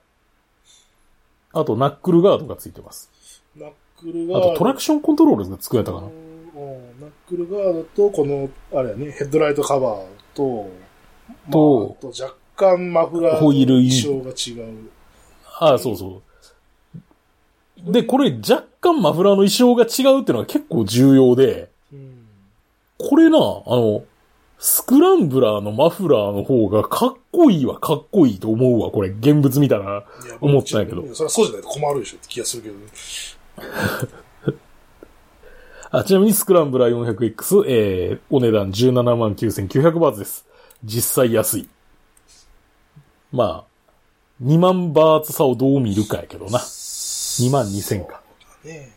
あと、ナックルガードがついてます。
ナックル
あ
ガード。
と、トラクションコントロールがつくやったかな
う。んナックルガードと、この、あれやね、ヘッドライトカバーと、まあ
と
あと若干マフラー
ホイール
の
イン
印象が違う。
ああ、そうそう。で、これ若干マフラーの衣装が違うっていうのが結構重要で、
うん。
これな、あの、スクランブラーのマフラーの方がかっこいいわ、かっこいいと思うわ、これ。現物見たら。
いや
思ったんやけど
それはそうじゃないと困るでしょって気がするけどね。
あ、ちなみにスクランブラー 400X、えー、お値段17万9900バーツです。実際安い。まあ、2万バーツ差をどう見るかやけどな。2万2000か。
ね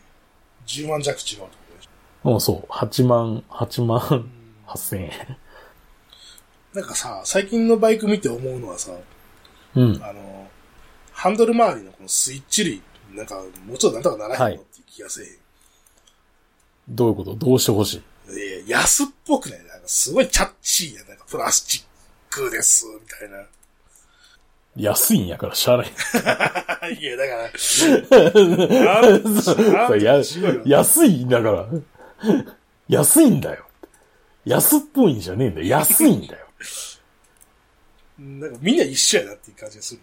10万弱違うところでしょ。
うん、そう。8万、8万8000円。
なんかさ、最近のバイク見て思うのはさ、
うん。
あの、ハンドル周りのこのスイッチ類、なんか、もうちょっとなんとかならへんのっていう気がせえへん。
どういうことどうしてほしい
えー安っぽくないなんかすごいチャッチーや。なんかプラスチックです、みたいな。
安いんやからしゃあない。
いや、だから。なんなん
それや
違うよ
安いんだから。安いんだよ。安っぽいんじゃねえんだよ。安いんだよ。
なんかみんな一緒やなっていう感じがする。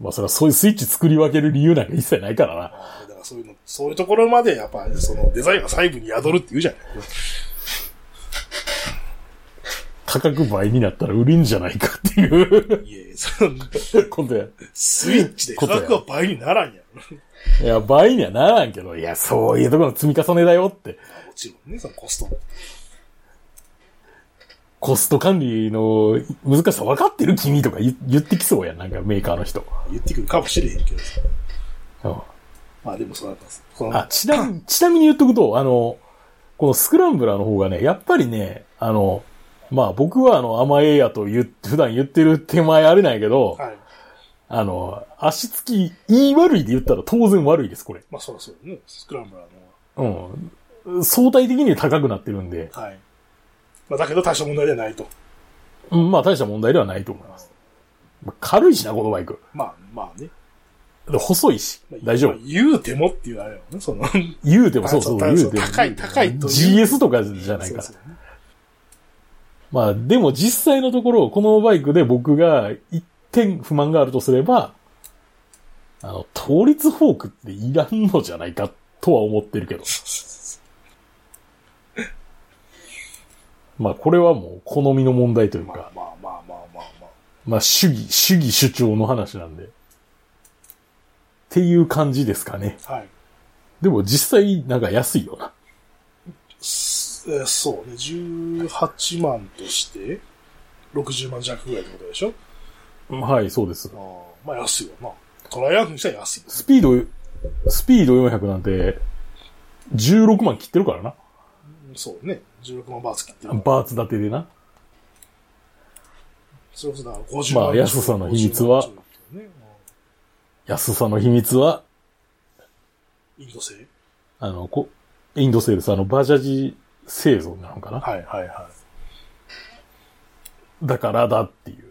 まあそれはそういうスイッチ作り分ける理由なんか一切ないからな。
だからそういうの、そういうところまで、やっぱ、その、デザインが細部に宿るって言うじゃない。
価格倍になったら売れんじゃないかっていう
いやいやその、
今度や。
スイッチで価格は倍にならんやろ。
いや、倍にはならんけど、いや、そういうところの積み重ねだよって。
もちろんね、そのコストも。
コスト管理の難しさ分かってる君とか言言ってきそうやん。なんかメーカーの人。
言ってくるかもしれへんけどさ。
うん
まあでもそうなんです。この
あ、ちなみに、ちなみに言っとくと、あの、このスクランブラーの方がね、やっぱりね、あの、まあ僕はあの甘えやと言って、普段言ってる手前あれなんやけど、
はい。
あの、足つき、言い悪いで言ったら当然悪いです、これ。
まあそらそうよね。スクランブラー
うん。相対的に高くなってるんで、
の。はい。まあだけど大した問題じゃないと。
うんまあ大した問題ではないと思います。まあ軽いしな、このバイク。
まあまあね。
で細いし
まあ、
大丈
まあ
夫。
言うてもっていうあれよね。その、
言うてもそうそう、
まあ
言うても。
高い高いという
GS とかじゃないから
そう。そうね
まあ、でも実際のところ、このバイクで僕が一点不満があるとすれば、あの、倒立フォークっていらんのじゃないかとは思ってるけど。まあ、これはもう好みの問題という
まあ
か、
まあまあまあまあまあ。
まあ、主義、主義主張の話なんで。っていう感じですかね。
はい。
でも実際、なんか安いよな。
すえーそうね、18万として、60万弱ぐらいってことでしょ
はい、そうです
あ。ーまあ安いわな。トライアンフにしたら安い。
スピード、スピード400なんて、16万切ってるからな。
そうね、16万バーツ切ってるから。
バーツ立てでな。
それこそだから50
ま
万。
あ安さの秘密は
50万ちょいね
安さの秘密は、
うんインド製
あの、こインドセールス、あの、バジャジ製造なのかな。
はいはいは
だからだっていう、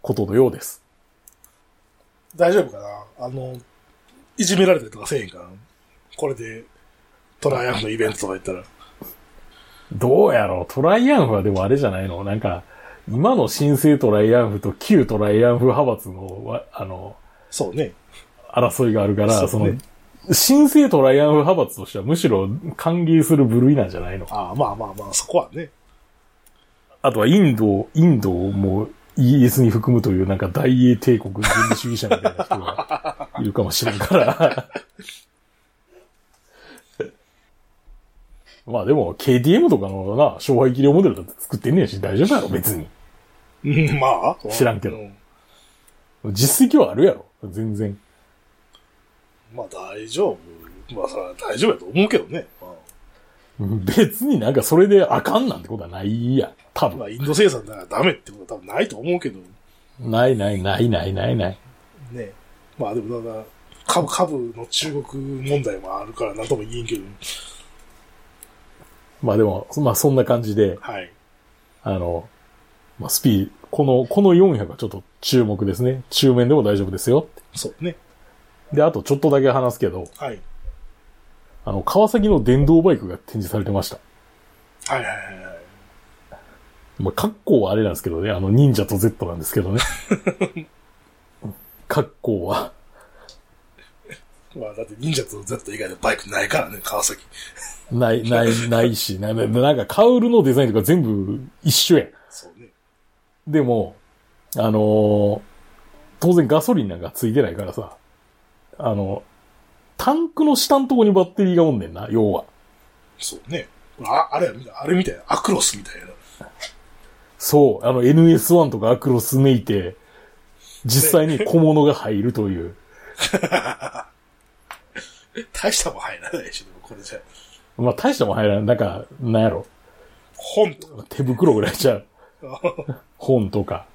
ことのようです。
い。大丈夫かなあの、いじめられたりとかせえへんかなこれで、トライアンフのイベントとか行ったら。
どうやろうトライアンフはでもあれじゃないのなんか、今の新生トライアンフと旧トライアンフ派閥のわ、あの、
そうね。
争いがあるから、そ
そうね
の、新生トライアンフ派閥としてはむしろ歓迎する部類なんじゃないの
ああ、まあまあまあ、そこはね。
あとはインド、インドをもう ES に含むというなんか大英帝国軍事主義者みたいな人がいるかもしれんから。まあでも、KTM とかのな、勝敗技量モデルだって作ってんねんし、大丈夫やろ、別に。
うんまあ。
知らんけど
う
実績はあるやろ、全然。
まあ大丈夫。まあそれは大丈夫やと思うけどね。ま
別になんかそれであかんなんてことはないやん。多
あ、
分。
まあインド生産だからダメってことは多分ないと思うけど、
ないないないないないない。
ね。まあでもだから、株、株の中国問題もあるから何とも言えんけど、
まあでも、まあそんな感じで、
はい。
あの、まあ、スピー、この、この400はちょっと注目ですね。中面でも大丈夫ですよ。
そうね。
で、あとちょっとだけ話すけど、
はい。
あの、川崎の電動バイクが展示されてました。
はいはいはいはい。
まあ、格好はあれなんですけどね、あの、忍者と Z なんですけどね。 格好は。
まあだって忍者と Z 以外のバイクないからね、川崎。
ない、ない、ないし、なななんか、カウルのデザインとか全部一緒やん。
そうね。
でも、あのー当然ガソリンなんかついてないからさ、あの、タンクの下のとこにバッテリーがおんねんな、要は。
そうね。あ、あれやみたい、あれみたいな、アクロスみたいな。
そう、あの NS1 とかアクロスめいて、実際に小物が入るという。
大したもん入らないし、でもこれじゃ。
まあ、大したもん入らない。なんか、なんやろ。
本とか、
手袋ぐらいじゃ う。本とか。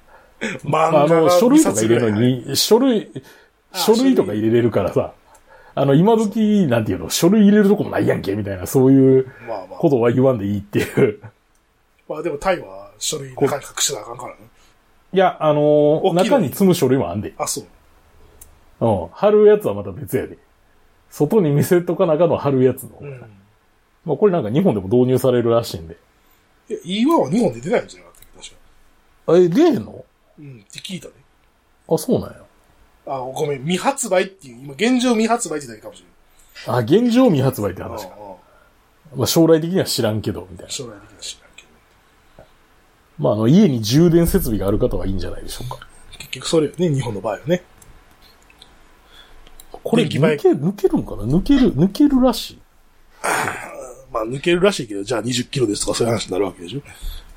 漫
まあ、あの、書類とか
冊
入れるの
ぐらい
に、書類、
あ
書類とか入れれるからさ、あの、今時、なんていうの、書類入れるとこもないやんけ、みたいな、そういう
入る。まあまあ
こ。とは言わんでいいっていう。
まあでもタイは書類中に隠しなあかんからね。
いや、あのー
大きいの
中に積む書類もあんで。
あ、そう。
うん。貼るやつはまた別やで。外に見せとかなあかんのは貼るやつの。
うん。
まあ、これなんか日本でも導入されるらしいんで。
いや、E1 は日本で出ないんじゃなかったっけ確か。
え、出へんの
うん、って聞いたね。
あ、そうなんや。
あ、ごめん、未発売っていう、今現状未発売ってだけかもし
あ、現状未発売って
れない。
話
あ
か。
ああ
まあ、将来的には知らんけど、みたい
あ
な。
将来的には知らんけど。
まあ、あの、家に充電設備がある方はいいんじゃないでしょうか。
結局それよね、日本の場合はね。
これ、
電気バイ
抜
ク
け、抜けるんかな抜け る、抜けるらしい。
まあ抜けるらしいけど、じゃあ20キロですとかそういう話になるわけでしょ。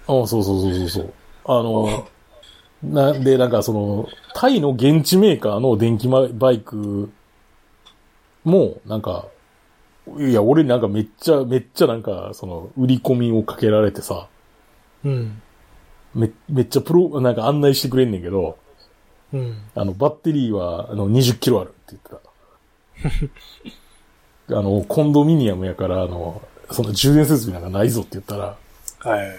ああそうそうそうそうそう。あ の、なんで、なんかその、タイの現地メーカーの電気ババイクも、なんか、いや、俺なんかめっちゃ、めっちゃなんか、その、売り込みをかけられてさ、
うん。
め、めっちゃプロ、なんか案内してくれんねんけど、
うん。
あの、バッテリーは、あの、20キロあるって言って た。あの、コンドミニアムやから、あの、その充電設備なんかないぞって言ったら、
はい。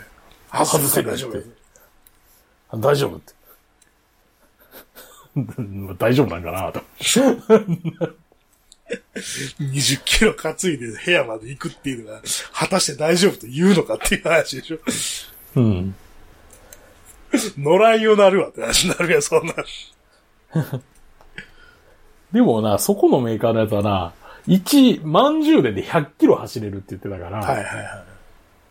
外せ
大
大
丈
丈
夫
夫。
大丈夫って。 うん大丈夫なんかなと。
20キロ担いで部屋まで行くっていうのが、果たして大丈夫と言うのかっていう話でし
う
ょ。
ん。
野良んようなるわって話になるやん、そんな。
でもな、そこのメーカーのやつはな、1、満充電で100キロ走れるって言ってたから、
はいはいは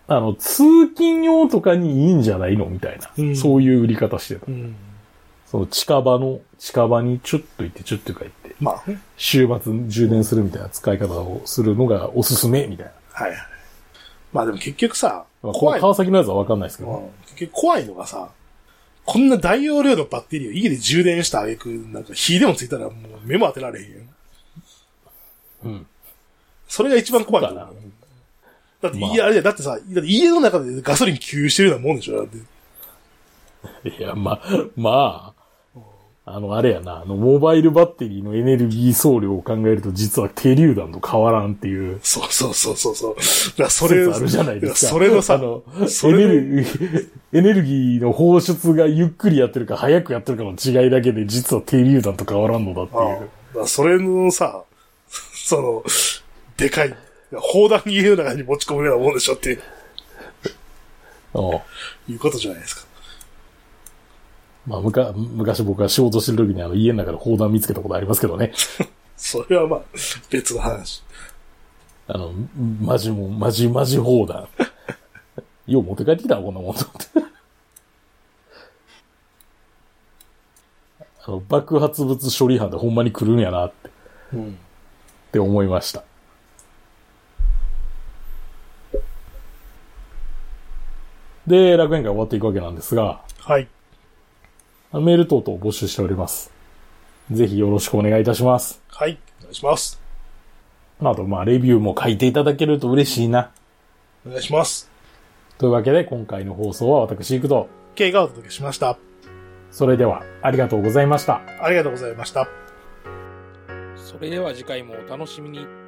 あの、通勤用とかにいいんじゃないのみたいな、
うん
そういう売り方してた。
い。うん。
その近場の、近場にちょっと行って、ちょっとか行って、
まあね、
週末充電するみたいな使い方をするのがおすすめ、みたいな。
はいはい。まあでも結局さ、
まあ、
怖い。
川崎のやつはわかんないですけ
う
ど、
ん結局怖いのがさ、こんな大容量のバッテリーを家で充電した挙句、なんか火でもついたらもう目も当てられへんやん。
うん。
それが一番怖いと思う
そう
だって、
まあ
いや、あれだよだってさ、だって家の中でガソリン給油してるようなもんでしょだって。
いや、ま、まあ、あの、あれやな、あの、モバイルバッテリーのエネルギー総量を考えると、実は手榴弾と変わらんっていう。
そうそうそうそうそう。だからそれ、
説あるじゃないですか。
それのさ、
あの、
そ
エネ
れの
ルギー、 エネルギーの放出がゆっくりやってるか早くやってるかの違いだけで、実は手榴弾と変わらんのだって
ああ
いう。
だからそれのさ、 その、でかい、砲弾家の中に持ち込むようなもんでしょっていう
ああ
いうことじゃないですか。
まあ、むか、昔僕が仕事してる時にあの家の中で砲弾見つけたことありますけどね。
それはまあ、別の話。
あの、マジも、マジマジ砲弾。 よう持って帰ってきたわこんなもんと思 って。あの、爆発物処理班でほんまに来るんやなって、っ
うん。
て思いました。で、楽園会終わっていくわけなんですが、
はい。
メール等々募集しております。ぜひよろしくお願いいたします。
はい。お願いします。
あと、まあ、レビューも書いていただけると嬉しいな。
お願いします。
というわけで、今回の放送は私行くと、
K がお届けしました。
それでは、ありがとうございました。
ありがとうございました。
それでは次回もお楽しみに。